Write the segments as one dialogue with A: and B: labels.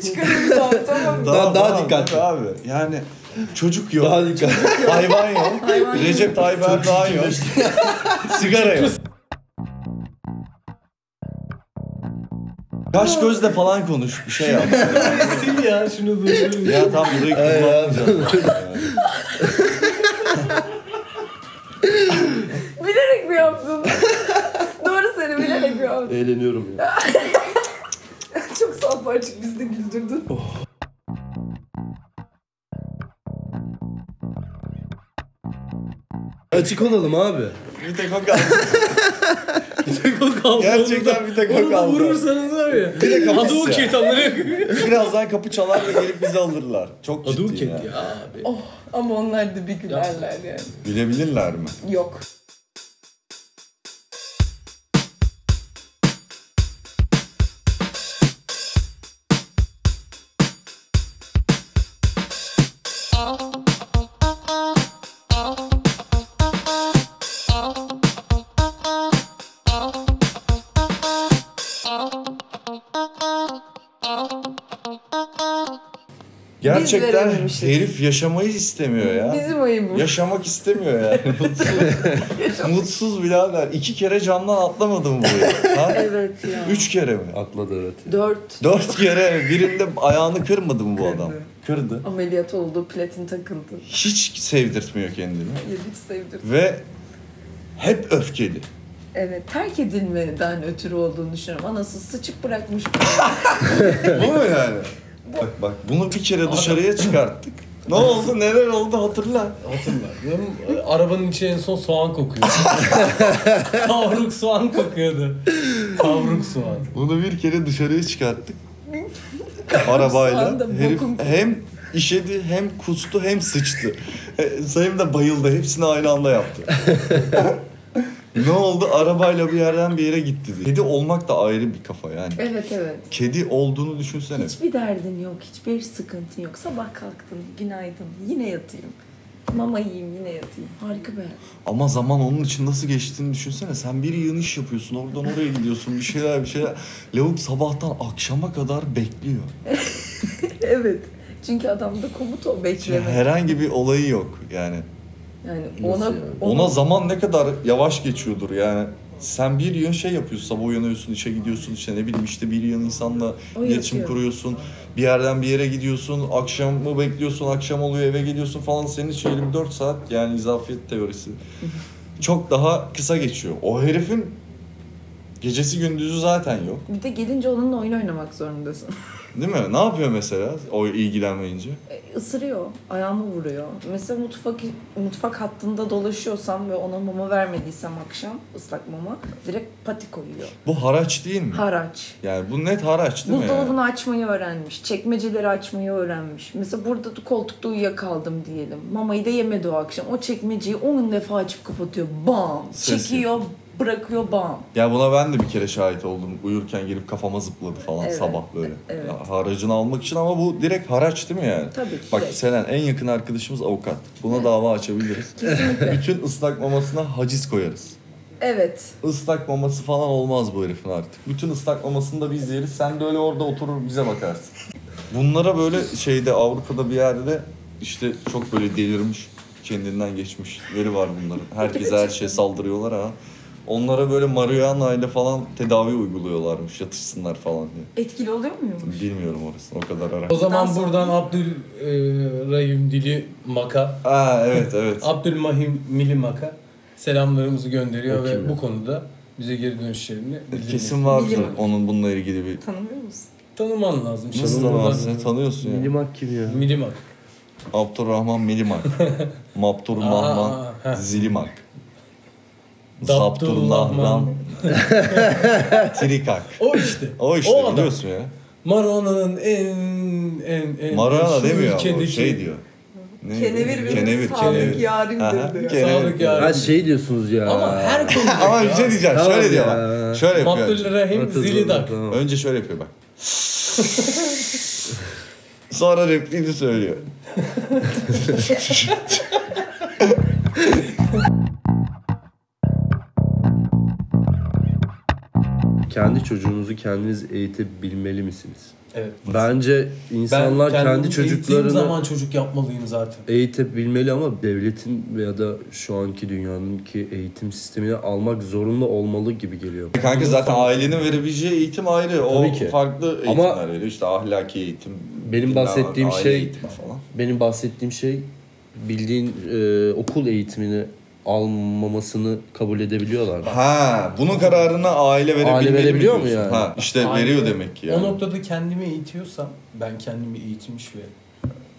A: çıkarım tabii tamam. mı?
B: Daha- daha
C: tamam,
B: dikkatli.
C: değil mi Abi yani çocuk yok.
B: Daha dikkat.
C: Hayvan yok.
A: Hayvan yok.
C: Recep Tayyip Erdoğan yok. Sigara yok. Kaş gözle falan konuş bir şey yap.
D: Sil ya şunu durdurun.
C: ya tam burayı kullanmayacağım.
A: Bilerek mi yaptın? Doğru seni bilerek mi yaptın?
D: Eğleniyorum ya.
A: Çok sağ parçık bizi de güldürdün.
B: Açık olalım abi.
C: bir tek o kaldı.
D: Bir tek o kaldı.
C: Gerçekten bir tek o
D: Onu da
C: kaldı.
D: vurursanız var ya.
C: Bir de kapısı.
D: Hadouken tam nereye koyuyor?
C: Birazdan kapı çalar ve gelip bizi alırlar. Çok ciddi
D: Hadouken
C: ya.
D: ya abi.
A: Oh ama onlar da bir gülerler yani.
C: Bilebilirler mi?
A: Yok.
C: Gerçekten
A: verememişiz.
C: herif yaşamayı istemiyor ya.
A: Bizim ayıbımız.
C: Yaşamak istemiyor yani. Mutsuz, Mutsuz birader. İki kere camdan atlamadım buraya. Ha?
A: Evet ya.
C: Üç kere mi?
B: Atladı evet.
A: Dört.
C: Dört kere birinde ayağını kırmadı mı bu adam?
A: Kırdı.
C: Kırdı.
A: Ameliyat oldu, platin takıldı.
C: Hiç sevdirtmiyor kendini.
A: Yedik sevdirdim.
C: Ve hep öfkeli.
A: Evet, terk edilmeden ötürü olduğunu düşünüyorum. Anası sıçıp bırakmış.
C: bu mu yani? Bak bak bunu bir kere dışarıya çıkarttık. Ne oldu neler oldu hatırla.
D: Hatırladım. Arabanın içi en son soğan kokuyor. Kavruk soğan kokuyordu. Kavruk soğan.
C: Bunu bir kere dışarıya çıkarttık. Arabayla.
A: Soğanda
C: Herif
A: bokum.
C: hem işedi hem kustu hem sıçtı. E, Sayım da bayıldı. Hepsini aynı anda yaptı. ne oldu? Arabayla bir yerden bir yere gitti. diye. Kedi olmak da ayrı bir kafa yani.
A: evet evet.
C: Kedi olduğunu düşünsene.
A: Hiçbir derdin yok, hiçbir sıkıntın yok. Sabah kalktın, günaydın, yine yatayım. Mama yiyeyim, yine yatayım. Harika be.
C: Ama zaman onun için nasıl geçtiğini düşünsene. Sen bir yığın iş yapıyorsun. Oradan oraya gidiyorsun. Bir şeyler bir şeyler. Lavuk sabahtan akşama kadar bekliyor.
A: evet. Çünkü adamda komut o
C: Şimdi
A: bekleme.
C: herhangi bir olayı yok yani.
A: Yani
D: Nasıl
A: ona,
D: yani?
C: Ona zaman ne kadar yavaş geçiyordur yani. Sen bir yön şey yapıyorsun, sabah uyanıyorsun, işe gidiyorsun, işte ne bileyim işte bir yön insanla
A: O
C: iletişim
A: yatıyor.
C: kuruyorsun. Bir yerden bir yere gidiyorsun, akşamı bekliyorsun, akşam oluyor eve geliyorsun falan. Senin için 24 saat yani izafiyet teorisi. Çok daha kısa geçiyor. O herifin gecesi gündüzü zaten yok.
A: Bir de gelince onunla oyun oynamak zorundasın.
C: Değil mi? Ne yapıyor mesela o ilgilenmeyince?
A: Isırıyor, E, ayağımı vuruyor. Mesela mutfak mutfak hattında dolaşıyorsam ve ona mama vermediysem akşam ıslak mama direkt pati koyuyor.
C: Bu haraç değil mi?
A: Haraç.
C: Yani bu net haraç değil mi? yani?
A: Buzdolabını açmayı öğrenmiş, çekmeceleri açmayı öğrenmiş. Mesela burada da koltukta uyuyakaldım diyelim. Mamayı da yemedi o akşam. O çekmeceyi 10 defa açıp kapatıyor. Bam!
C: Ses
A: Çekiyor, bırakıyor bam.
C: Ya buna ben de bir kere şahit oldum. Uyurken gelip kafama zıpladı falan
A: Evet,
C: sabah böyle.
A: evet.
C: Ya haracını almak için ama bu direkt haraç değil mi yani?
A: Tabii ki.
C: Bak Selen en yakın arkadaşımız avukat. Buna dava açabiliriz.
A: Kesinlikle.
C: Bütün ıslak mamasına haciz koyarız.
A: evet.
C: Islak maması falan olmaz bu herifin artık. Bütün ıslak mamasını da biz yeriz. Sen de öyle orada oturur bize bakarsın. Bunlara böyle şeyde Avrupa'da bir yerde işte çok böyle delirmiş, kendinden geçmişleri var bunların. Herkese her şeye saldırıyorlar ha. Onlara böyle marihuana ile falan tedavi uyguluyorlarmış, yatışsınlar falan diye.
A: Etkili oluyor muymuş?
C: Bilmiyorum orasını, o kadar ara.
D: O zaman
A: Daha sonra-
D: buradan Abdülrahim Dili Maka,
C: Aa evet evet.
D: Abdülmahim Mili Maka selamlarımızı gönderiyor
B: O
D: ve
B: kim ya?
D: bu konuda bize geri dönüşlerini bildirmesi.
C: Kesin vardır
A: Bilirim.
C: onun bununla ilgili bir...
A: Tanımıyor musun?
D: Tanıman lazım.
C: Nasıl
D: Şimdi buradan-
C: tanımazsın? Tanıyorsun ya.
B: Milimak gibi ya.
D: Mili Maka.
C: Abdurrahman Milimak. Mapturrahman
D: Aa, heh.
C: Zilimak.
D: Dapturnahman.
C: Zapturnahman Trikak.
D: O işte.
C: O işte
D: adam.
C: biliyorsun ya.
D: Maruana'nın en en en
C: Marana
D: şu
C: demiyor ama o
D: ülkedeki-
C: şey diyor. Ne?
A: Kenevir benim
C: Kenevir, kenevir.
A: sağlık yarim
C: Aha,
A: dedi.
C: kenevir.
D: Sağlık ya.
B: Ha şey diyorsunuz ya.
D: Ama her konuda.
C: Ama bir şey diyeceğim.
B: Tamam
C: şöyle diyor
B: ya.
C: bak. Şöyle yapıyor. önce.
D: Abdülrahim Zilidak.
B: Tamam.
C: Önce şöyle yapıyor bak. Sonra repliğini söylüyor.
B: Kendi çocuğunuzu kendiniz eğitebilmeli misiniz?
D: Evet.
B: Bence insanlar kendi
D: kendimi eğittiğim
B: çocuklarını
D: zaman çocuk yapmalıyım zaten.
B: eğitebilmeli ama devletin veya da şu anki dünyanınki eğitim sistemini almak zorunda olmalı gibi geliyor.
C: Kanka zaten ailenin verebileceği eğitim ayrı. O
B: Tabii ki.
C: farklı
B: Ama-
C: eğitimler veriyor. İşte ahlaki eğitim.
B: Benim
C: bilmem,
B: bahsettiğim
C: aile
B: şey-
C: eğitimi falan.
B: Benim bahsettiğim şey bildiğin e, okul eğitimini almamasını kabul edebiliyorlar.
C: Ha, bunun kararını aile verebilmeli mi
B: verebiliyor mu
C: diyorsun?
B: yani?
C: Ha, işte
D: Aile-
C: veriyor demek ki yani.
D: O noktada kendimi eğitiyorsam ben kendimi eğitmiş ve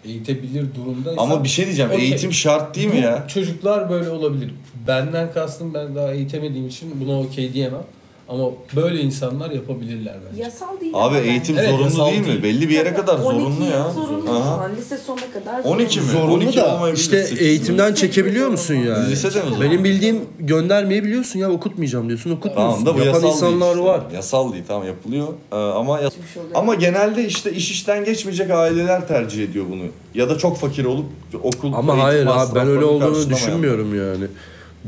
D: eğitebilir durumdaysam
C: Ama bir şey diyeceğim.
D: Okey.
C: Eğitim şart değil mi ya?
D: Çocuklar böyle olabilir. Benden kastım ben daha eğitemediğim için buna okey diyemem. Ama böyle insanlar yapabilirler bence.
A: Yasal değil.
C: Abi
A: ama ben-
C: eğitim
D: Evet,
C: zorunlu
D: yasal
C: değil mi?
D: değil.
C: Belli bir yere kadar
A: 12
C: zorunlu
A: yıl
C: ya.
A: Zorunlu şu
C: Aha.
A: an. Lise sonuna kadar
C: 12 mi?
B: Zorunlu
C: 12
B: da
C: olmayabilir,
B: işte
C: 8
B: eğitimden
A: olabilir.
B: çekebiliyor musun yani?
C: Lisede mi zorunlu?
B: Benim bildiğim göndermeyi biliyorsun ya okutmayacağım diyorsun okutmuyorsun.
C: Tamam da bu
B: Yapan
C: yasal şey.
B: insanlar
C: değil işte.
B: var.
C: Yasal değil tamam yapılıyor. Ee, ama yas-
A: Hiçbir şey oluyor.
C: ama genelde işte iş işten geçmeyecek aileler tercih ediyor bunu. Ya da çok fakir olup okul
B: Ama
C: eğitim
B: hayır abi ben
C: masraflarını
B: öyle olduğunu
C: karşılamayan.
B: düşünmüyorum yani.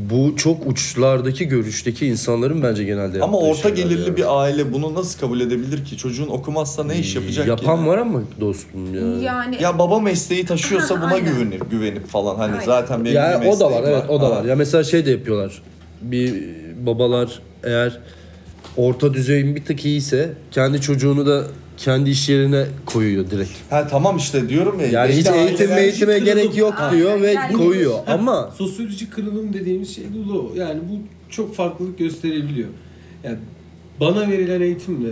B: Bu çok uçlardaki görüşteki insanların bence genelde
C: Ama
B: yaptığı
C: orta
B: şeyler
C: gelirli
B: yani.
C: bir aile bunu nasıl kabul edebilir ki? Çocuğun okumazsa ne iş yapacak
B: Yapan
C: ki?
B: var ama dostum yani.
A: Yani
C: Ya baba mesleği taşıyorsa buna
A: Aynen.
C: güvenip güvenip falan hani
A: Aynen.
C: zaten benim
B: Ya
C: bir
B: o da var
C: mesleğim
B: evet o da
C: Ha.
B: var. Ya mesela şey de yapıyorlar. Bir babalar eğer orta düzeyin bir tık iyiyse kendi çocuğunu da kendi iş yerine koyuyor direkt.
C: Ha tamam işte diyorum ya.
B: Yani hiç
C: işte
B: eğitim
C: aileler-
B: eğitime gerek yok
A: Aynen.
B: diyor ve
A: Yani-
B: koyuyor ama
D: Sosyolojik kırılım dediğimiz şey de o. Yani bu çok farklılık gösterebiliyor. Yani bana verilen eğitimle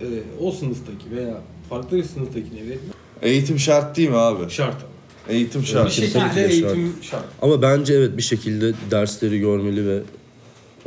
D: e, o sınıftaki veya farklı bir sınıftakine verilen
C: Eğitim şart değil mi abi?
D: şart ama.
C: Eğitim
D: Bir
B: Şey
C: şart.
B: tabii ki
D: şekilde
B: de şart.
D: eğitim şart.
B: ama bence evet bir şekilde dersleri görmeli ve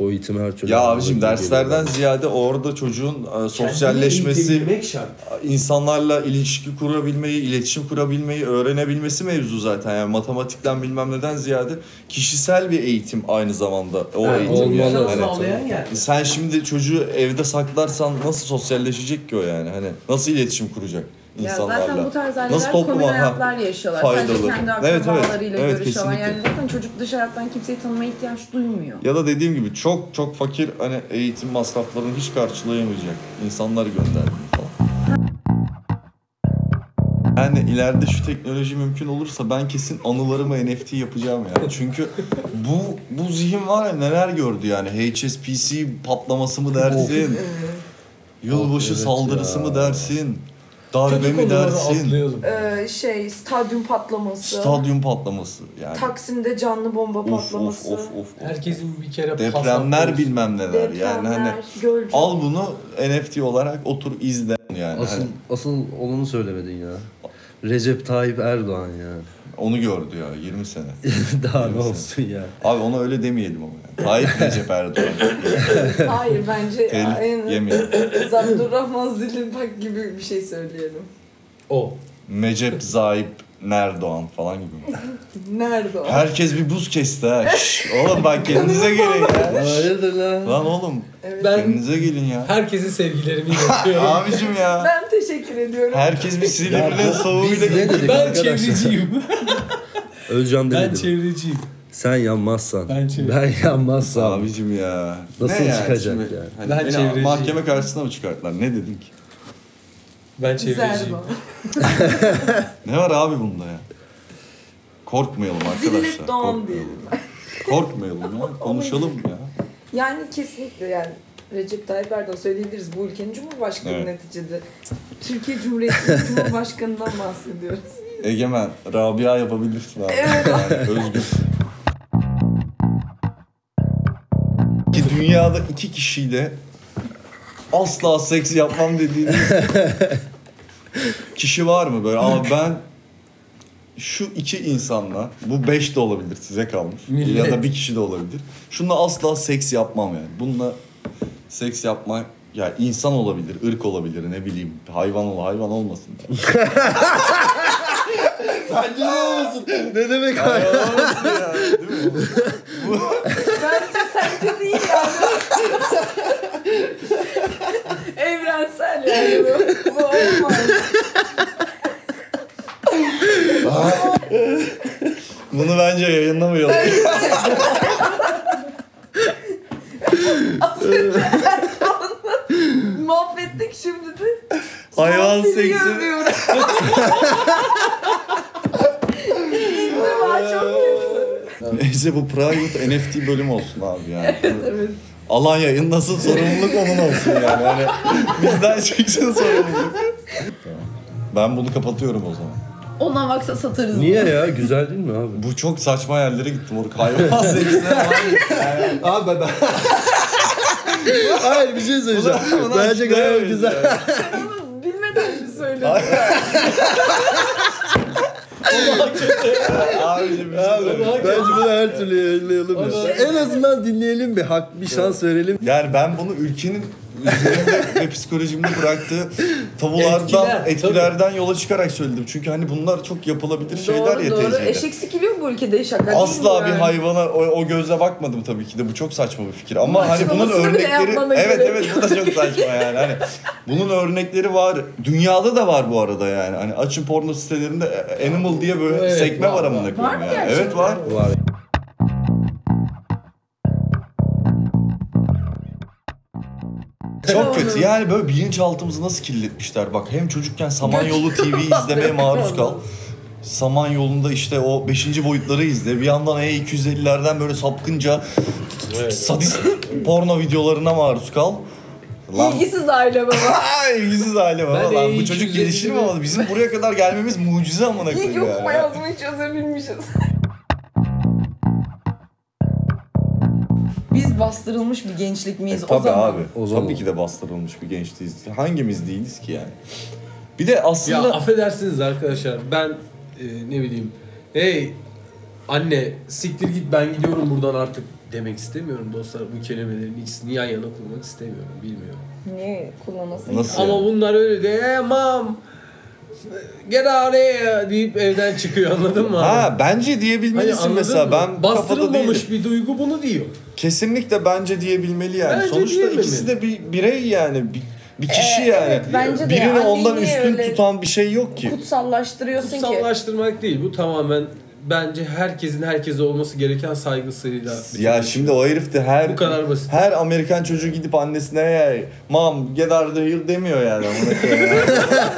B: o eğitimi her türlü
C: Ya
B: almalı
C: abicim
B: gibi geliyor bana.
C: derslerden ziyade orada çocuğun e,
D: Kendini
C: sosyalleşmesi,
D: eğitebilmek şart.
C: insanlarla ilişki kurabilmeyi, iletişim kurabilmeyi öğrenebilmesi mevzu zaten. Yani matematikten bilmem neden ziyade kişisel bir eğitim aynı zamanda o
B: Ha,
C: eğitim.
B: olmalı.
C: yani.
B: Yaşam
C: Hani
D: sağlayan yer.
C: Sen şimdi çocuğu evde saklarsan nasıl sosyalleşecek ki o yani? Hani nasıl iletişim kuracak
A: Ya
C: insanlarla?
A: zaten bu tarz aileler
C: nasıl topluma
A: komün
C: ha,
A: hayatlar yaşıyorlar. Sadece
C: faydalı?
A: kendi
C: Evet, evet.
A: akrabalarıyla
C: Evet,
A: görüşüyorlar. Yani
C: kesinlikle.
A: zaten çocuk dış hayattan kimseyi tanımaya ihtiyaç duymuyor.
C: Ya da dediğim gibi çok çok fakir hani eğitim masraflarını hiç karşılayamayacak insanlar gönderdim falan. Yani ileride şu teknoloji mümkün olursa ben kesin anılarıma NFT yapacağım yani. Çünkü bu bu zihin var ya neler gördü yani. HSPC patlaması mı dersin? Ee, Yılbaşı
B: Oh, evet
C: saldırısı
B: ya.
C: mı dersin? Darbe
D: Kötü
C: mi
D: konuları
C: dersin?
D: atlayalım.
A: Ee, şey stadyum patlaması.
C: Stadyum patlaması yani.
A: Taksim'de canlı bomba
C: Of of
A: patlaması.
C: of of.
D: Herkesin bir kere pas
C: Depremler
D: atması.
C: bilmem neler yani hani.
A: Gölcük.
C: Al bunu NFT olarak otur izle yani.
B: Asıl,
C: Hani
B: asıl olanı söylemedin ya. Recep Tayyip Erdoğan ya.
C: onu gördü ya 20 sene.
B: Daha ne olsun ya.
C: Abi ona öyle demeyelim ama yani. Tayyip Recep Erdoğan.
E: Hayır bence
C: Telif
E: aynı
C: yemeyelim.
E: Zabdurrahman Zilinpak gibi bir şey söyleyelim.
D: O.
C: Mecep Zahip Nerdoğan falan gibi.
E: Nerede o?
C: Herkes bir buz kesti ha. Şş, oğlum bak kendinize gelin ya. Şş.
B: Hayırdır lan?
C: Lan oğlum
D: Ben
C: kendinize gelin ya.
D: herkese sevgilerimi iletiyorum.
C: Abicim ya.
E: Ben teşekkür ediyorum.
C: Herkes bir
B: Ya
C: Silivri'nin
B: bu-
C: soğuğuyla
B: biz ne dedik
D: ben
B: arkadaşlar?
D: çevreciyim.
B: Özcan
D: ben
B: demedim.
D: çevreciyim.
B: Sen yanmazsan.
D: Ben çevir-
B: Ben yanmazsam.
C: Abicim ya.
B: Nasıl
C: yani
B: çıkacak
C: şimdi?
B: yani?
C: Hani
D: Ben
C: beni
D: çevireceğim.
C: mahkeme karşısına mı çıkarttılar? Ne dedin ki?
D: Ben
F: şey
E: Güzel
D: çevreciyim.
E: bu.
C: Ne var abi bunda ya? Korkmayalım arkadaşlar.
E: Zillet Doğan
C: korkmayalım.
E: diyelim.
C: Korkmayalım ya. Konuşalım ya.
E: Yani kesinlikle yani Recep Tayyip Erdoğan söyleyebiliriz bu ülkenin cumhurbaşkanı
C: Evet.
E: neticede. Türkiye Cumhuriyeti Cumhurbaşkanı'ndan bahsediyoruz.
C: Egemen, Rabia yapabilirsin abi. Yani özgür. Ki dünyada iki kişiyle asla seks yapmam dediğiniz kişi var mı böyle? Abi ben şu iki insanla, bu beş de olabilir size kalmış. Ya da
D: Millet.
C: bir kişi de olabilir. Şununla asla seks yapmam yani. Bununla seks yapmak ya insan olabilir, ırk olabilir, ne bileyim hayvan ol, hayvan olmasın. Bence de olmasın.
B: ne demek abi?
C: Hayvan olmasın ya, değil mi?
E: Bence sence değil yani. Evrensel yani bu. Bu olmaz.
C: Bunu bence yayınlamayalım.
E: Mahvettik şimdi de.
C: Hayvansı
A: niye
F: seksi.
A: övüyorum? Var, çok kötü.
C: Neyse bu private NFT bölüm olsun abi yani. Alan yayın nasıl sorumluluk onun olsun yani. yani bizden çıksın sorumluluk. Tamam. Ben bunu kapatıyorum o zaman.
A: Ondan baksa satarız.
B: Niye ya? Güzel değil mi abi?
C: Bu çok saçma yerlere gittim orada. Hayvan seksine var. Yani
B: Abi ben... Hayır bir şey söyleyeceğim.
C: Ulan- ulan
B: Bence gayet
C: açıklayamayız
B: güzel.
C: yani.
A: Sen onu bilmeden mi söyledin?
C: Abicim bir şey söyleyeyim.
B: Bence bunu her türlü yayınlayalım ya. En azından dinleyelim bir hak bir şans verelim.
C: Yani ben bunu ülkenin üzerimde ve psikolojimde bıraktığı tabulardan,
F: Etkiler,
C: etkilerden yola çıkarak söyledim. Çünkü hani bunlar çok yapılabilir şeyler
A: doğru
C: ya
A: doğru.
C: teyzeyle.
A: Eşek sikiliyor bu ülkede şaka değil
C: Asla
A: bu
C: bir
A: yani.
C: hayvana o, o gözle bakmadım tabii ki de bu çok saçma bir fikir ama hani bunun
A: Açıklamasını bile
C: örnekleri
A: yapmana
C: evet
A: gerek
C: evet bu da çok saçma yani hani bunun örnekleri var dünyada da var bu arada yani hani açın porno sitelerinde e, animal diye böyle
F: Evet,
C: sekme
F: var,
C: var
F: var.
C: amına
A: Var
C: koyayım
A: mı
C: yani.
A: gerçekten?
C: Evet var.
B: Var.
C: Çok kötü. Yani böyle bilinçaltımızı nasıl kirletmişler. Bak hem çocukken Samanyolu TV izlemeye maruz kal. Samanyolu'nda işte o 5. boyutları izle. Bir yandan E E250'lerden böyle sapkınca sadist porno videolarına maruz kal. Lan
A: İlgisiz aile baba.
C: Ay yüzsüz aile baba
F: Ben
C: lan. Bu
F: E250
C: çocuk gelişir mi oğlum? Bizim buraya kadar gelmemiz mucize amına
A: İyi
C: koyayım E,
A: ki okuma
C: yani.
A: yazmayı hiç özebilmişiz. Biz bastırılmış bir gençlik miyiz o
C: E, Tabii
A: zaman?
C: abi.
B: o zaman.
C: Tabii ki de bastırılmış bir gençliyiz. Hangimiz değiliz ki yani? Bir de
F: Ya
C: aslında
F: affedersiniz arkadaşlar ben e, ne bileyim hey anne siktir git ben gidiyorum buradan artık demek istemiyorum dostlar bu kelimelerin ikisini yan yana kullanmak istemiyorum bilmiyorum.
A: Niye kullanasın?
C: Nasıl?
F: Ama bunlar öyle de "Hey, mom get out here" deyip evden çıkıyor anladın mı?
C: ha bence
F: Hani
C: diyebilmelisin
F: anladın
C: mesela.
F: mı?
C: Ben bu kafada değilim.
F: bastırılmamış bir duygu bunu diyor.
C: Kesinlikle bence diyebilmeli yani.
F: Bence
C: Sonuçta
F: diyememeli.
C: ikisi de bir birey yani. Bir, bir kişi
A: Ee,
C: yani.
A: evet, bence de.
C: Birini
A: Anneyi
C: ondan üstün
A: öyle-
C: tutan bir şey yok ki.
A: Kutsallaştırıyorsun ki.
F: Kutsallaştırmak değil bu tamamen bence herkesin herkese olması gereken saygısıyla.
C: Ya şimdi o herif de her
F: Bu kadar basit.
C: her Amerikan çocuğu gidip annesine "Hey, mom get out of here" demiyor yani. amına koyayım.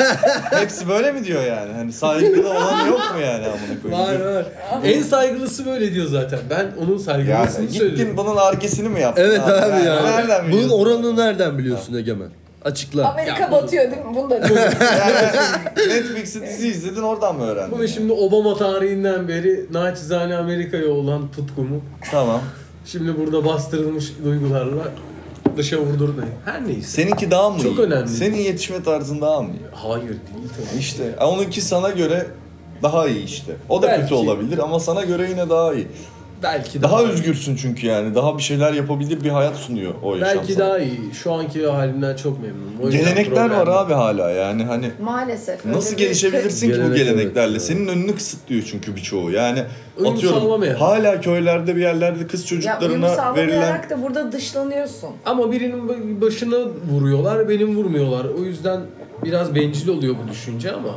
C: Hepsi böyle mi diyor yani? Hani saygılı olan yok mu yani amına koyayım?
F: Var var. En saygılısı böyle diyor zaten. Ben onun
C: Yani
F: saygılısını
C: gittin
F: söylüyorum.
C: bunun argesini mi yaptın?
B: Evet abi ya.
C: Nereden
B: Bunun
C: biliyorsun?
B: oranını nereden biliyorsun Egemen? Açıkla.
A: Amerika
F: Ya bu-
A: batıyor değil mi? Bunu da
C: Yani Netflix'te dizi izledin oradan mı öğrendin?
F: Bunu şimdi Obama tarihinden beri naçizane Amerika'ya olan tutkumu
C: Tamam.
F: şimdi burada bastırılmış duygularla dışa vurdurmayın. Her neyse.
C: Seninki daha mı
F: Çok
C: iyi?
F: önemli.
C: Senin yetişme tarzın daha mı iyi?
F: Hayır değil tabii.
C: İşte onunki sana göre daha iyi işte. O da
F: Belki.
C: kötü olabilir ama sana göre yine daha iyi.
F: Belki
C: Daha
F: daha,
C: özgürsün çünkü yani. Daha bir şeyler yapabilir bir şey hayat sunuyor o yaşam
F: Belki
C: sana.
F: daha iyi. Şu anki halimden çok memnunum. O yüzden
C: Gelenekler
F: problem
C: var
F: yok.
C: abi hala yani hani
A: Maalesef. öyle
C: nasıl
A: bir-
C: gelişebilirsin ki bu
B: Gelenek,
C: geleneklerle?
B: evet.
C: Senin önünü kısıtlıyor çünkü birçoğu. Yani
F: Uyum
C: atıyorum
F: sağlamayan.
C: hala köylerde bir yerlerde kız
A: Ya uyumu
C: çocuklarına verilen
A: sağlamayarak da burada dışlanıyorsun.
F: Ama birinin başına vuruyorlar, benim vurmuyorlar. O yüzden biraz bencil oluyor bu düşünce ama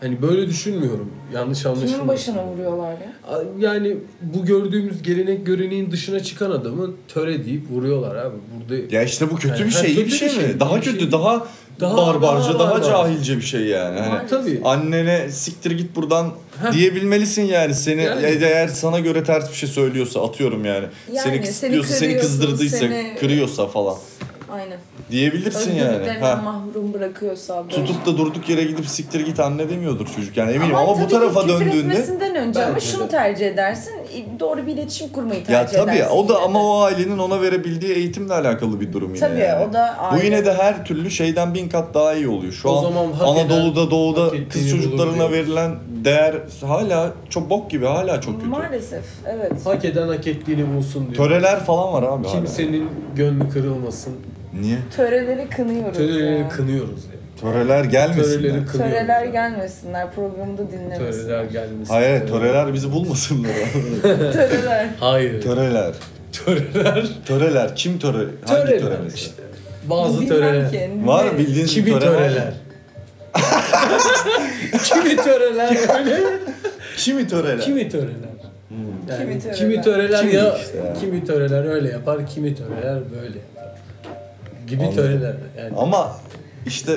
F: hani böyle düşünmüyorum. Yanlış
A: Kimin
F: anlaşılmasın.
A: başına vuruyorlar ya?
F: Yani bu gördüğümüz gelenek göreneğin dışına çıkan adamı töre deyip vuruyorlar abi. Burada
C: ya işte bu kötü
F: Yani
C: bir
F: ha,
C: şey, iyi bir
F: kötü
C: şey
F: bir
C: mi?
F: şey,
C: daha
F: iyi bir
C: kötü,
F: şey.
C: daha,
F: Daha-
C: barbarca, daha,
F: daha barbarca.
C: cahilce bir şey yani. Hani
F: tabii.
C: annene siktir git buradan diyebilmelisin yani seni e,
F: Yani.
C: eğer sana göre ters bir şey söylüyorsa atıyorum yani,
A: Yani
C: seni
A: seni
C: kısıtlıyorsa seni,
A: kırıyorsun,
C: kızdırdıysa
A: seni-
C: kırıyorsa falan
A: Aynen.
C: diyebilirsin yani.
A: Özgürlüklerinden
C: Ha.
A: mahrum bırakıyorsa böyle.
C: tutup da durduk yere gidip siktir git anne demiyordur çocuk yani eminim ama,
A: tabii
C: bu
A: ki
C: tarafa
A: küfür
C: döndüğünde
A: etmesinden önce ama
F: Bence
A: şunu
F: de.
A: tercih edersin. e, Doğru bir iletişim kurmayı
C: ya
A: tercih edersin.
C: tabii o da
A: yine
C: ama
A: de.
C: o ailenin ona verebildiği eğitimle alakalı bir durum yine
A: Tabii,
C: yani.
A: o da
C: Bu
A: aile.
C: yine de her türlü şeyden bin kat daha iyi oluyor. Şu
F: O
C: an
F: zaman hak
C: Anadolu'da
F: eden, hak
C: doğuda
F: ettiğini
C: kız
F: bulur
C: çocuklarına
F: diyoruz.
C: verilen değer hala çok bok gibi hala çok kötü.
A: Maalesef evet.
F: hak eden hak ettiğini bulsun diyor.
C: Töreler falan var abi hala.
F: Kimsenin gönlü kırılmasın.
C: Niye?
A: Töreleri kınıyoruz
F: Töreleri
A: ya.
F: kınıyoruz yani.
C: Töreler gelmesin.
F: Töreleri
C: yani.
F: kınıyoruz.
A: Töreler
F: yani.
A: gelmesinler, programı da
F: Töreler
A: dinlemesinler.
F: gelmesin.
C: Hayır hayır, töreler bizi bulmasınlar.
A: Töreler.
F: Hayır.
C: töreler.
F: Töreler.
C: Töreler. Kim töre? Hangi töre
F: Töreler
C: mesela?
F: işte. Bazı
A: Bilmem
F: töreler.
A: ki.
C: Var
A: Ne?
C: mı bildiğiniz bir
F: Kimi
C: töre var mı?
F: töreler. kimi töreler öyle.
C: Kimi töreler?
F: Kimi töreler.
A: Kimi
F: Yani kimi töreler,
A: töreler.
C: Kimi
F: ya
C: işte yani.
F: kimi töreler öyle yapar, kimi töreler böyle yapar. Gibi
C: Anladım.
F: töreler yani.
C: Ama İşte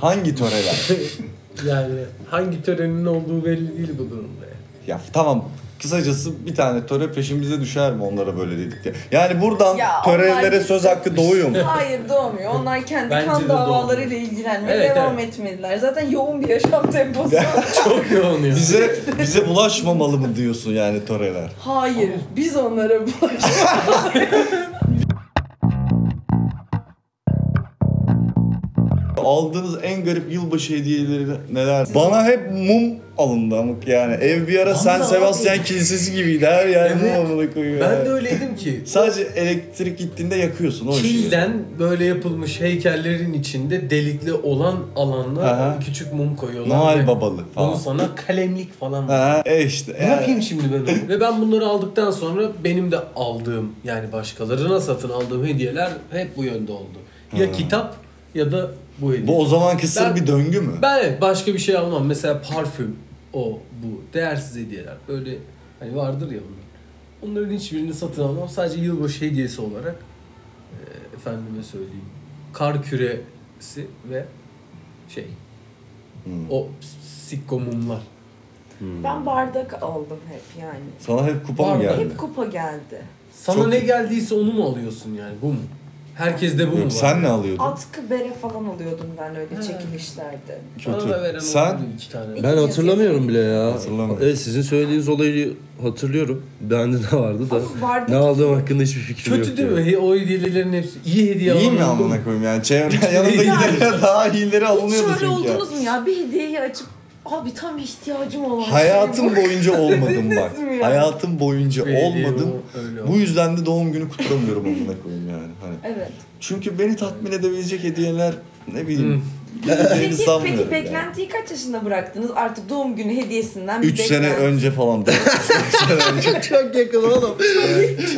C: hangi töreler?
F: yani hangi törenin olduğu belli değil bu durumda. yani.
C: ya tamam kısacası bir tane töre peşimize düşer mi onlara böyle dedik diye. Yani buradan
E: Ya onlar
C: törelere
E: gitsin.
C: söz hakkı doğuyor mu?
E: Hayır doğmuyor. Onlar kendi
F: Bence de
E: kan
F: doğmuyor.
E: davalarıyla ilgilenmeye
F: Evet,
E: devam etmediler. Zaten yoğun bir yaşam temposu.
F: Çok yoğun ya.
C: Bize bize bulaşmamalı mı diyorsun yani töreler?
E: Hayır. Biz onlara bulaştık.
C: Aldığınız en garip yılbaşı hediyeleri neler? Bana hep mum alındı amık yani. Ev bir ara San
F: Vallahi
C: Sebastian Kilisesi gibiydi. Her yer
F: Evet.
C: mum amına koyuyor.
F: Ben
C: yani.
F: de öyleydim ki.
C: Sadece elektrik gittiğinde yakıyorsun o şeyi.
F: Kilden böyle yapılmış heykellerin içinde delikli olan alanlara
C: Aha.
F: küçük mum koyuyorlar.
C: Noel
F: ve
C: babalı
F: Bunu
C: falan.
F: sana kalemlik falan.
C: Ha, e işte.
F: Ne
C: yani.
F: yapayım şimdi ben onu? Ve ben bunları aldıktan sonra benim de aldığım yani başkalarına satın aldığım hediyeler hep bu yönde oldu. Ya kitap ya da Hmm. bu hediye.
C: Bu o zaman kısır
F: Ben-
C: bir döngü mü?
F: Ben evet, başka bir şey almam. Mesela parfüm, o, bu. Değersiz hediyeler. Böyle hani vardır ya bunlar. Onların hiçbirini satın almam. Sadece yılbaşı hediyesi olarak e, efendime söyleyeyim. Kar küresi ve şey. O sikko mumlar.
E: ben bardak aldım hep yani.
C: Sana hep kupa mı
F: Var-
C: geldi?
E: Hep kupa geldi.
F: Sana
C: Çok-
F: ne geldiyse onu mu alıyorsun yani? Bu mu? Herkes de bu mu var?
C: Yok, sen ne alıyordun?
E: Atkı bere falan alıyordum ben öyle çekilişlerde.
F: Bana da veren
C: Kötü. Sen
F: oldu iki tane.
B: Ben hatırlamıyorum bile ya.
C: Hatırlamıyorum.
B: Evet, sizin söylediğiniz olayı hatırlıyorum. Bende de vardı da.
E: Ama bardak-
B: Ne aldığım hakkında hiçbir fikrim yok.
F: Kötü değil
B: yani.
F: mi? He- O hediyelerin hepsi. iyi hediye
C: İyi mi
F: alan oldu mu?
C: amına koyayım yani? Çevre yanındakilerine daha iyileri
E: Hiç
C: alınıyordu
E: öyle
C: çünkü. ya.
E: oldunuz mu ya? Bir hediyeyi açıp abi tam ihtiyacım olan şey
C: Hayatım
E: bu."
C: boyunca olmadım bak.
E: mi ya?
C: Hayatım boyunca
F: Bir hediye
C: olmadım.
F: o, öyle
C: Bu
F: oldu.
C: yüzden de doğum günü kutlamıyorum amına koyayım yani. Hani.
E: Evet.
C: Çünkü beni tatmin edebilecek hediyeler ne bileyim. geleceğini
E: Peki,
C: sanmıyorum.
E: peki
C: yani.
E: beklentiyi kaç yaşında bıraktınız? Artık doğum günü hediyesinden bir
C: Üç sene
E: beklenti-
C: önce falan.
B: Çok yakın oğlum.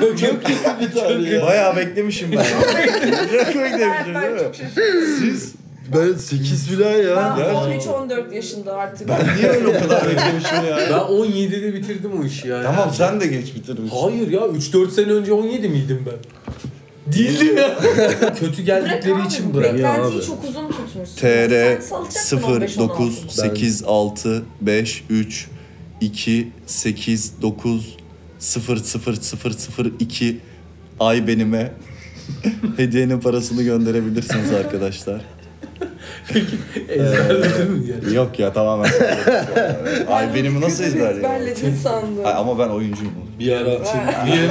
C: çok çok kötü bir tarih. Bayağı beklemişim ben. Çok beklemişim değil
E: Ben
C: mi?
E: çok şaşırdım.
C: Siz
B: Ben 8 falan ya.
C: Ya.
E: Ben 13-14 yaşında artık.
C: niye öyle o kadar beklemişim ya?
F: Ben 17'de bitirdim o işi yani.
C: Tamam sen de geç bitirmişsin.
F: Hayır ya 3-4 sene önce 17 miydim ben? Değildim ya. Kötü
E: Bırak
F: geldikleri
E: abi,
F: için
E: bu
F: bırak.
E: Beklentiyi
B: Ya abi.
E: çok uzun tutmuşsun.
C: TR
E: Sen salacaksın
C: 0 9
E: 15-16.
C: 8 6 5 3 2 8 9 0 0 0 0 2 ay benime hediyenin parasını gönderebilirsiniz arkadaşlar.
F: Ezberledin mi yani?
C: Yok ya tamamen. ay benimi nasıl
E: Kızım
C: ezberleyeyim?
E: Ezberledin sandım.
C: Ay, ama ben oyuncuyum. oğlum.
F: Bir ara
C: Ee,
D: Diğer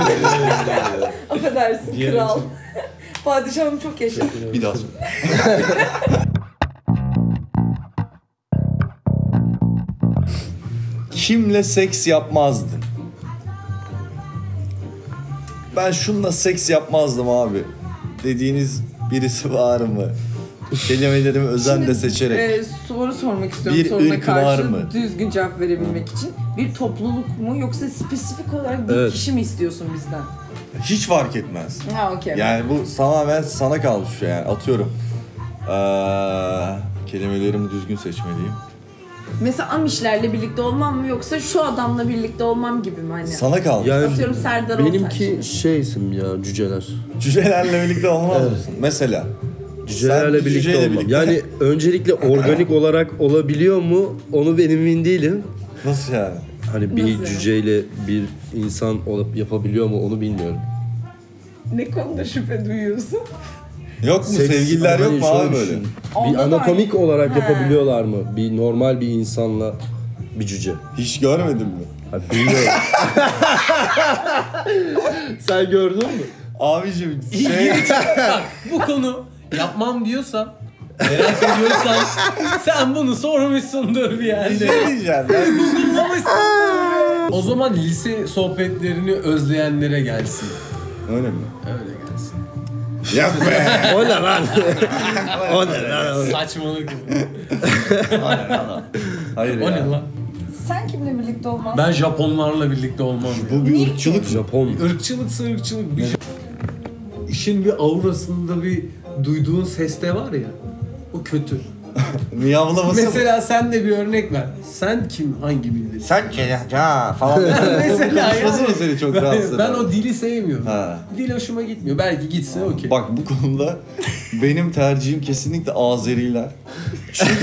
E: Affedersin
D: Diğer
E: kral. Padişahım çok yaşa.
C: Bir daha sor. Kimle seks yapmazdın? Ben şunla seks yapmazdım abi. Dediğiniz birisi var mı? Kelimelerimi özenle seçerek.
G: Ee, soru sormak istiyorum
C: Bir
G: soruna
C: ırk
G: karşı
C: var mı?
G: düzgün cevap verebilmek için. Bir topluluk mu yoksa spesifik olarak bir
B: Evet.
G: kişi mi istiyorsun bizden?
C: Hiç fark etmez.
G: Ha okey.
C: Yani bu tamamen sana kalmış yani atıyorum. Ee, kelimelerimi düzgün seçmeliyim.
G: Mesela Amişlerle birlikte olmam mı yoksa şu adamla birlikte olmam gibi mi hani?
C: Sana kalmış.
B: Yani
G: Atıyorum Serdar
B: benimki
G: Ortaç.
B: şey isim ya cüceler.
C: Cücelerle birlikte olmaz mısın? Mesela.
B: Cücelerle
C: Sen bir
B: birlikte
C: cüceyle
B: olmam.
C: birlikte-
B: Yani öncelikle organik olarak olabiliyor mu onu ben emin değilim.
C: Nasıl yani?
B: Hani bir
G: Nasıl yani?
B: cüceyle bir insan olup yapabiliyor mu onu bilmiyorum.
E: Ne konuda şüphe duyuyorsun?
C: Yok mu
B: Seks-
C: sevgililer yok
B: hani
C: mu
B: şöyle
C: abi böyle?
B: düşün. Bir
E: Onda da
B: anatomik olarak yapabiliyorlar mı? Bir normal bir insanla bir cüce.
C: Hiç görmedin mi?
B: Ha, bilmiyorum. Sen gördün mü?
C: Abicim şey
F: Bak bu konu yapmam diyorsan merak ediyorsan sen bunu sormuşsundur bir
C: bir
F: yerde.
C: şey diyeceğim. Ben-
F: O zaman lise sohbetlerini özleyenlere gelsin.
C: Öyle mi?
F: Öyle gelsin.
C: Yapma.
B: O ne lan? o ne lan?
F: Saçmalık.
C: Hayır
F: o
C: ya.
F: ne lan?
E: Sen kimle birlikte olmazsın?
F: Ben Japonlarla birlikte olmam ya.
C: Bu bir ırkçılık mı?
B: Japon.
F: Irkçılık ırkçılık bir işin bir aurasında bir duyduğun ses de var ya o kötü.
C: Miyavlaması Mesela...
H: Mesela sen de bir örnek ver. Sen kim hangi bildin?
C: Sen ha falan.
H: Mesela
C: Konuşması
H: yani.
C: mı seni çok rahatsız
H: ben,
C: eder?
H: ben o dili sevmiyorum.
C: Ha.
H: Dil hoşuma gitmiyor. Belki gitse okey.
C: Bak bu konuda benim tercihim kesinlikle Azeriler. Çünkü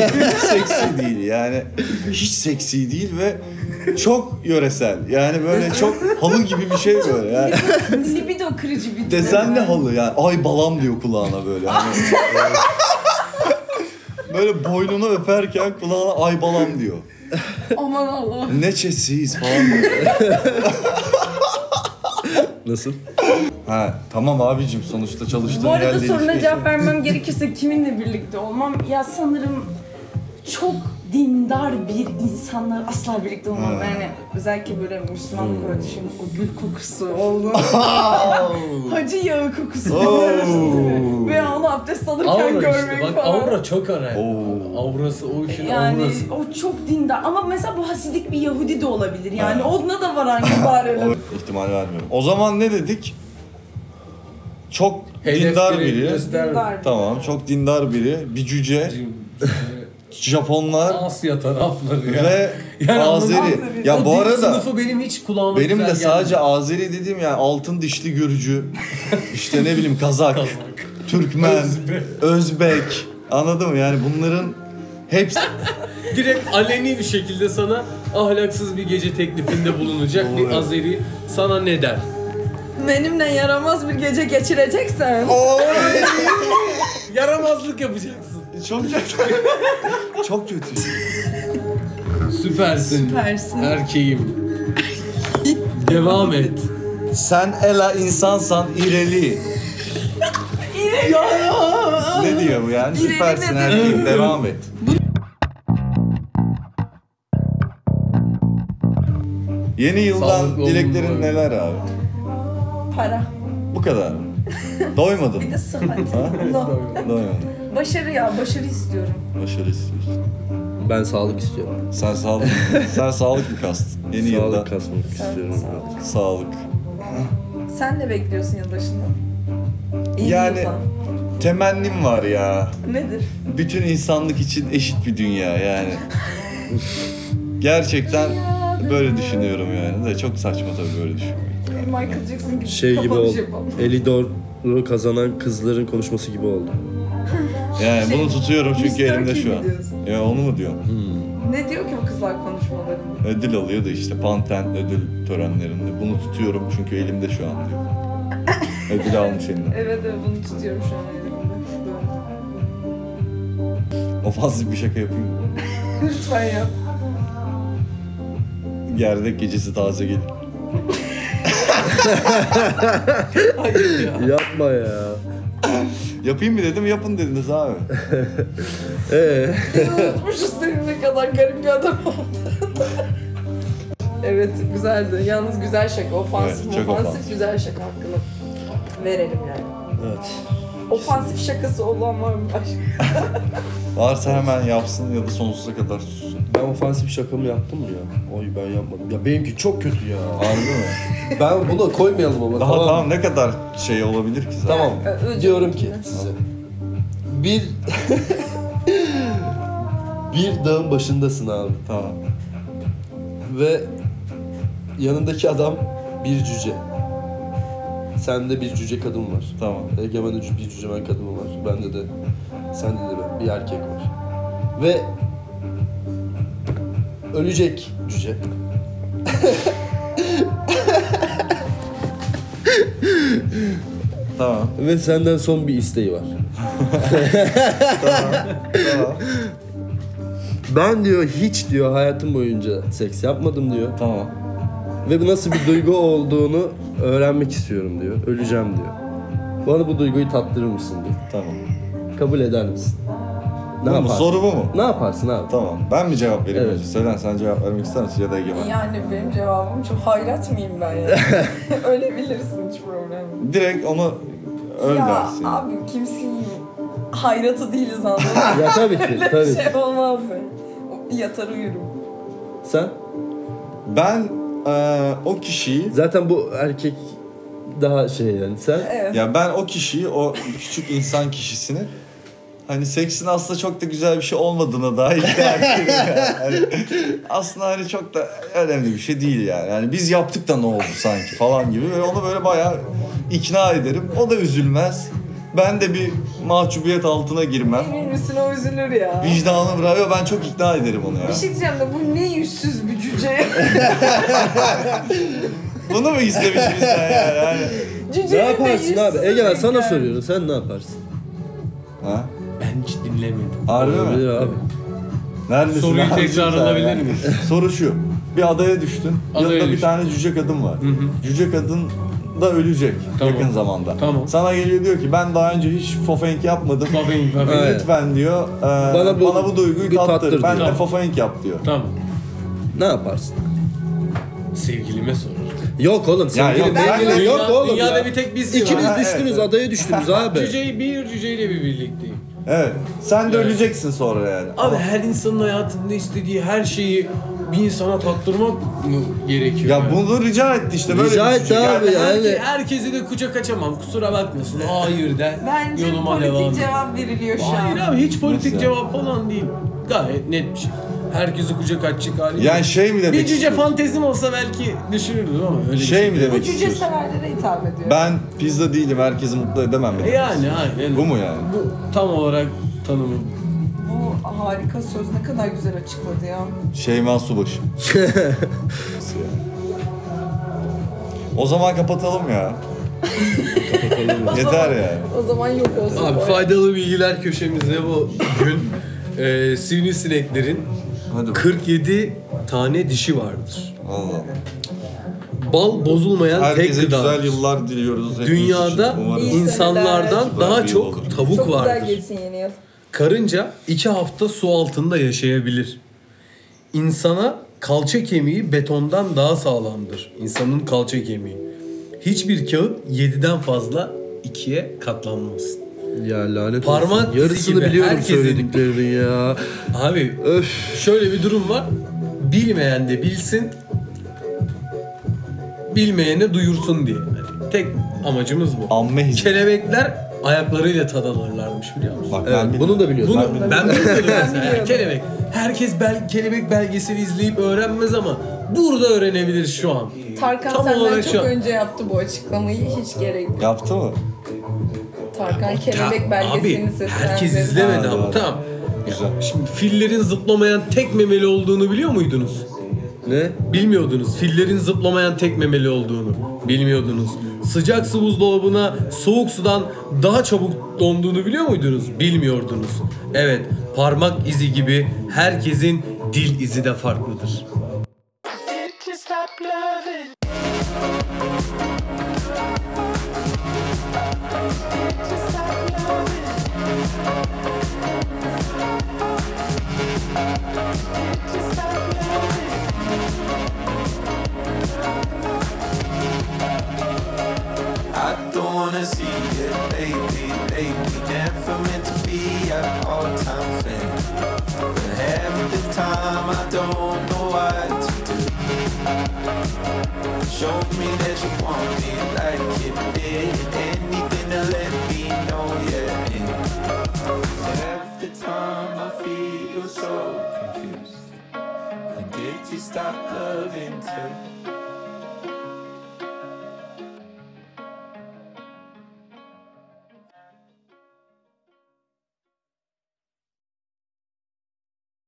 C: seksi değil yani. Hiç seksi değil ve çok yöresel. Yani böyle çok halı gibi bir şey böyle. Yani
A: Libido kırıcı bir
C: desenli halı yani. Ay balam diyor kulağına böyle. Hani, böyle boynunu öperken kulağına ay balam diyor.
A: Aman Allah.
C: Neçesiyiz falan diyor.
B: Nasıl?
C: Ha tamam abicim sonuçta çalıştığın
A: Bu arada
C: yerde
A: soruna
C: ilişki
A: cevap vermem gerekirse kiminle birlikte olmam? Ya sanırım çok dindar bir insanla asla birlikte olmam.
C: Ha. Hmm.
A: Yani özellikle böyle Müslüman kardeşim o gül kokusu oldu. Hacı yağı kokusu.
C: Oo.
A: Veya onu abdest alırken
F: Avra
A: görmek
F: işte bak
A: falan.
F: avra çok önemli.
C: Oo.
F: Avrası o işin
A: Yani
F: avrası.
A: o çok dindar ama mesela bu hasidik bir Yahudi de olabilir yani onunla da varan gibi
C: O ihtimal vermiyorum. O zaman ne dedik? Çok
F: Hedefleri
C: dindar biri.
F: gösterme.
C: Tamam, çok dindar biri. Bir cüce, Japonlar
F: Asya tarafları ya.
C: ve
F: Yani
C: Azeri.
A: anlamadım.
C: Ya bu
F: dil
C: arada
F: sınıfı benim hiç kulağıma
C: benim
F: güzel
C: de
F: gelmedi.
C: sadece Azeri dediğim yani altın dişli Gürcü, işte ne bileyim Kazak, Türkmen, Özbek. Anladın mı? Yani bunların hepsi
F: direkt aleni bir şekilde sana ahlaksız bir gece teklifinde bulunacak bir Azeri sana ne der?
E: Benimle yaramaz bir gece geçireceksen.
C: Oy!
F: Yaramazlık yapacaksın.
C: çok kötü. çok kötü.
F: Süpersin.
A: Süpersin.
F: Erkeğim. Devam et.
C: Sen ela insansan ireli. ne diyor bu yani? Süpersin erkeğim devam et. Yeni yıldan
F: Sağlıklı olun
C: dileklerin
F: bari.
C: neler abi?
A: Para.
C: Bu kadar mı? Doymadın
A: Bir
C: mı?
A: de sıhhat.
C: Ha?
A: No.
C: Doymadın.
A: Başarı ya başarı istiyorum.
C: Başarı istiyorsun.
B: Ben sağlık istiyorum.
C: Sen sağlık, sen sağlık mı kastın? Yeni
B: sağlık
C: yılda
B: kasmak istiyorum.
C: sağlık.
A: Sen ne bekliyorsun yılbaşında? İyi
C: Yani-
A: yıldan.
C: Temennim var ya.
A: Nedir?
C: bütün insanlık için eşit bir dünya yani. Gerçekten böyle düşünüyorum yani. De çok saçma tabii böyle düşünmek.
A: Michael Jackson gibi
B: Şey gibi
A: kapanış
B: oldu.
A: yapalım.
B: Elidor'u kazanan kızların konuşması gibi oldu.
C: Yani bunu tutuyorum çünkü
A: Mr.
C: elimde
A: Şey, Kim
C: şu an.
A: diyorsun.
C: Ya onu mu diyorum?
A: Ne diyor ki bu kızlar konuşmalarında?
C: Ödül alıyor da işte panten ödül törenlerinde. Bunu tutuyorum çünkü elimde şu an diyor. ödül almış eline.
A: Evet evet bunu tutuyorum şu an elimde. Böyle.
C: Ofansif bir şaka yapayım. mı?
A: Lütfen yap.
C: Gerdek gecesi taze gelir.
B: Yapma ya.
C: Yapayım mı dedim yapın dediniz abi.
B: Ee,
A: Unutmuşuz senin ne kadar garip bir adam
E: Evet güzeldi. Yalnız güzel şaka. Ofansif,
C: Evet, çok
E: ofansif,
C: ofansif.
E: güzel şaka hakkını verelim yani.
B: evet.
E: Ofansif şakası olan var mı başka?
C: Varsa hemen yapsın ya da sonsuza kadar sussun.
B: Ben ofansif şakamı yaptım mı ya? Oy ben yapmadım. Ya benimki çok kötü ya.
C: Harbi mi?
B: Ben bunu koymayalım ama.
C: Daha tamam. ne kadar şey olabilir ki zaten.
B: Tamam.
A: Ee,
B: Diyorum ki size. Bir bir dağın başındasın abi
C: Tamam.
B: ve yanındaki adam bir cüce. Sende bir cüce kadın var.
C: Tamam.
B: Egemen ucu bir cücemen kadın var. Bende de sende de ben- bir erkek var. Ve ölecek cüce.
C: Tamam.
B: Ve senden son bir isteği var.
C: Tamam.
B: Ben diyor hiç diyor hayatım boyunca seks yapmadım diyor.
C: tamam.
B: Ve bu nasıl bir duygu olduğunu öğrenmek istiyorum diyor. Öleceğim diyor. Bana bu duyguyu tattırır mısın diyor.
C: Tamam.
B: Kabul eder misin? Ne
C: Bu mu?
B: yaparsın?
C: Soru bu mu?
B: Ne yaparsın abi?
C: Tamam. Ben mi cevap vereyim?
B: Evet.
C: önce? Selen sen cevap vermek ister misin ya da Egemen?
E: Yani benim cevabım çok hayrat mıyım ben yani? Ölebilirsin hiç problem yok.
C: Direkt onu öl
E: ya
C: dersin.
E: abi kimsenin hayratı değiliz anladın
B: Ya tabii ki tabii.
E: mı? şey olmaz yani. Yatar uyurum.
B: Sen?
C: Ben eee, o kişiyi
B: Zaten bu erkek daha şey yani sen.
E: Evet.
C: ya ben o kişiyi o küçük insan kişisini Hani seksin aslında çok da güzel bir şey olmadığına dair ikna ediyor yani. Hani aslında hani çok da önemli bir şey değil yani. Yani biz yaptık da ne oldu sanki falan gibi. Ve onu böyle bayağı ikna ederim. O da üzülmez. Ben de bir mahcubiyet altına girmem.
E: Emin misin o üzülür ya.
C: Vicdanı bırakıyor. Ben çok ikna ederim onu ya.
E: Bir şey diyeceğim de bu ne yüzsüz bir cüce.
C: Bunu mu izlemiş bizden yani? Hani-
E: Cüce
B: Ne yaparsın abi? Ege sana soruyorum. Sen ne yaparsın?
C: Ha?
F: Ben hiç dinlemiyorum.
C: Harbi mi?
B: Olabilir abi.
C: Neredesin?
D: Soruyu
C: Neredesin
D: tekrar
C: sen
D: alabilir
C: yani?
D: miyiz?
C: Soru şu. Bir adaya düştün.
D: Adaya
C: yanında bir
D: düştüm.
C: tane cüce kadın var. Cüce kadın da ölecek
D: Tamam.
C: yakın zamanda.
D: Tamam.
C: Sana geliyor diyor ki ben daha önce hiç fofenk yapmadım.
D: Bakayım bakayım.
B: Evet.
C: Lütfen diyor e, bana,
B: Bana
C: bu,
B: bu-
C: duyguyu
B: bir
C: tattır.
B: tattır
C: Ben de
D: diyor.
C: fofenk yap diyor.
D: Tamam.
B: Ne yaparsın?
F: Sevgilime sorarım.
B: Yok oğlum. Sevgili,
C: yok,
B: sevgili
C: ben-
B: yok
F: Dünya-
B: oğlum.
F: Dünyada
B: ya.
F: bir tek biz
B: İkiniz
C: Ha,
B: düştünüz,
C: evet.
B: adaya düştünüz abi.
F: Cüceyi bir cüceyle bir birlikteyim.
C: Evet. Sen de
F: Evet.
C: öleceksin sonra yani.
F: Abi her insanın hayatında istediği her şeyi bir insana tattırmak mı gerekiyor?
C: Ya
F: yani?
C: bunu rica etti işte böyle.
B: Rica
C: bir
B: etti
C: şey.
B: abi
F: Herke-
B: yani.
F: herkese de kucak açamam. Kusura bakmasın. Hayır der.
G: Bence
F: yoluma
G: politik
F: devam.
G: cevap veriliyor şu
F: Hayır
G: an.
F: abi hiç politik
C: Nasıl?
F: cevap falan değil. Gayet net bir şey. Herkesi kucak açacak hali.
C: Yani
F: yok.
C: şey mi demek
F: bir cüce
C: istiyorsun?
F: fantezim olsa belki düşünürdüm ama öyle bir
C: Şey mi
F: değil.
C: demek
E: Bu cüce
C: istiyorsun?
E: severlere hitap ediyor.
C: Ben pizza değilim herkesi mutlu edemem.
F: E
C: yani.
F: Yani aynen.
C: Bu mu yani?
F: Bu tam olarak tanımı.
E: Bu harika söz ne kadar güzel açıkladı ya.
C: Şeyma Subaşı. Nasıl yani? O zaman kapatalım ya. Yeter yani.
E: O zaman yok olsun.
F: Abi faydalı bilgiler köşemizde bu gün e, sivrisineklerin
C: Hadi bakalım.
F: 47 tane dişi vardır.
C: Allah.
F: Bal bozulmayan
C: Herkese
F: tek gıda.
C: güzel yıllar diliyoruz. hepimiz için.
F: Dünyada
C: Umarım.
E: İyi
F: insanlardan
E: seneler.
F: daha
C: Süper bir yol olur.
F: çok tavuk
E: Çok güzel
F: vardır.
E: geçsin yeni yıl.
F: Karınca iki hafta su altında yaşayabilir. İnsana kalça kemiği betondan daha sağlamdır. İnsanın kalça kemiği. Hiçbir kağıt 7'den fazla ikiye katlanmaz.
B: Ya lanet
F: Parmak
B: olsun.
F: izi
B: Yarısını
F: gibi
B: biliyorum
F: herkesin-
B: söylediklerini ya.
F: Abi
B: Öf.
F: şöyle bir durum var. Bilmeyen de bilsin. Bilmeyene duyursun diye. Yani tek amacımız bu.
C: Amme hizmeti.
F: Kelebekler ayaklarıyla tad alırlarmış biliyor musun?
C: Bak ben
B: Evet,
C: bunu
B: bunu da biliyorum.
F: Bunu ben, bilmiyordum mesela
E: bilmiyordum.
F: kelebek. Herkes bel, kelebek belgeseli izleyip öğrenmez ama burada öğrenebilir şu an.
E: Tarkan
F: Tam
E: senden
F: olarak
E: çok
F: şu an.
E: önce yaptı bu açıklamayı. Hiç gerek yok.
C: yaptı mı?
E: Tarkan Kelebek belgeselini
F: Abi
E: seslendirdi.
F: herkes izlemedi
C: Ha,
F: ama
C: doğru.
F: tamam.
C: Güzel.
F: Şimdi fillerin zıplamayan tek memeli olduğunu biliyor muydunuz?
B: Ne?
F: Bilmiyordunuz. Fillerin zıplamayan tek memeli olduğunu bilmiyordunuz. Sıcak su buzdolabına soğuk sudan daha çabuk donduğunu biliyor muydunuz? Bilmiyordunuz. Evet, parmak izi gibi herkesin dil izi de farklıdır.
I: I don't wanna see it, baby, baby. Never meant to be an all-time fan. But half the time I don't know what to do. Show me that you want me like it did. Anything to let me know, yeah. And half the time I feel so confused. Like, did you stop loving too?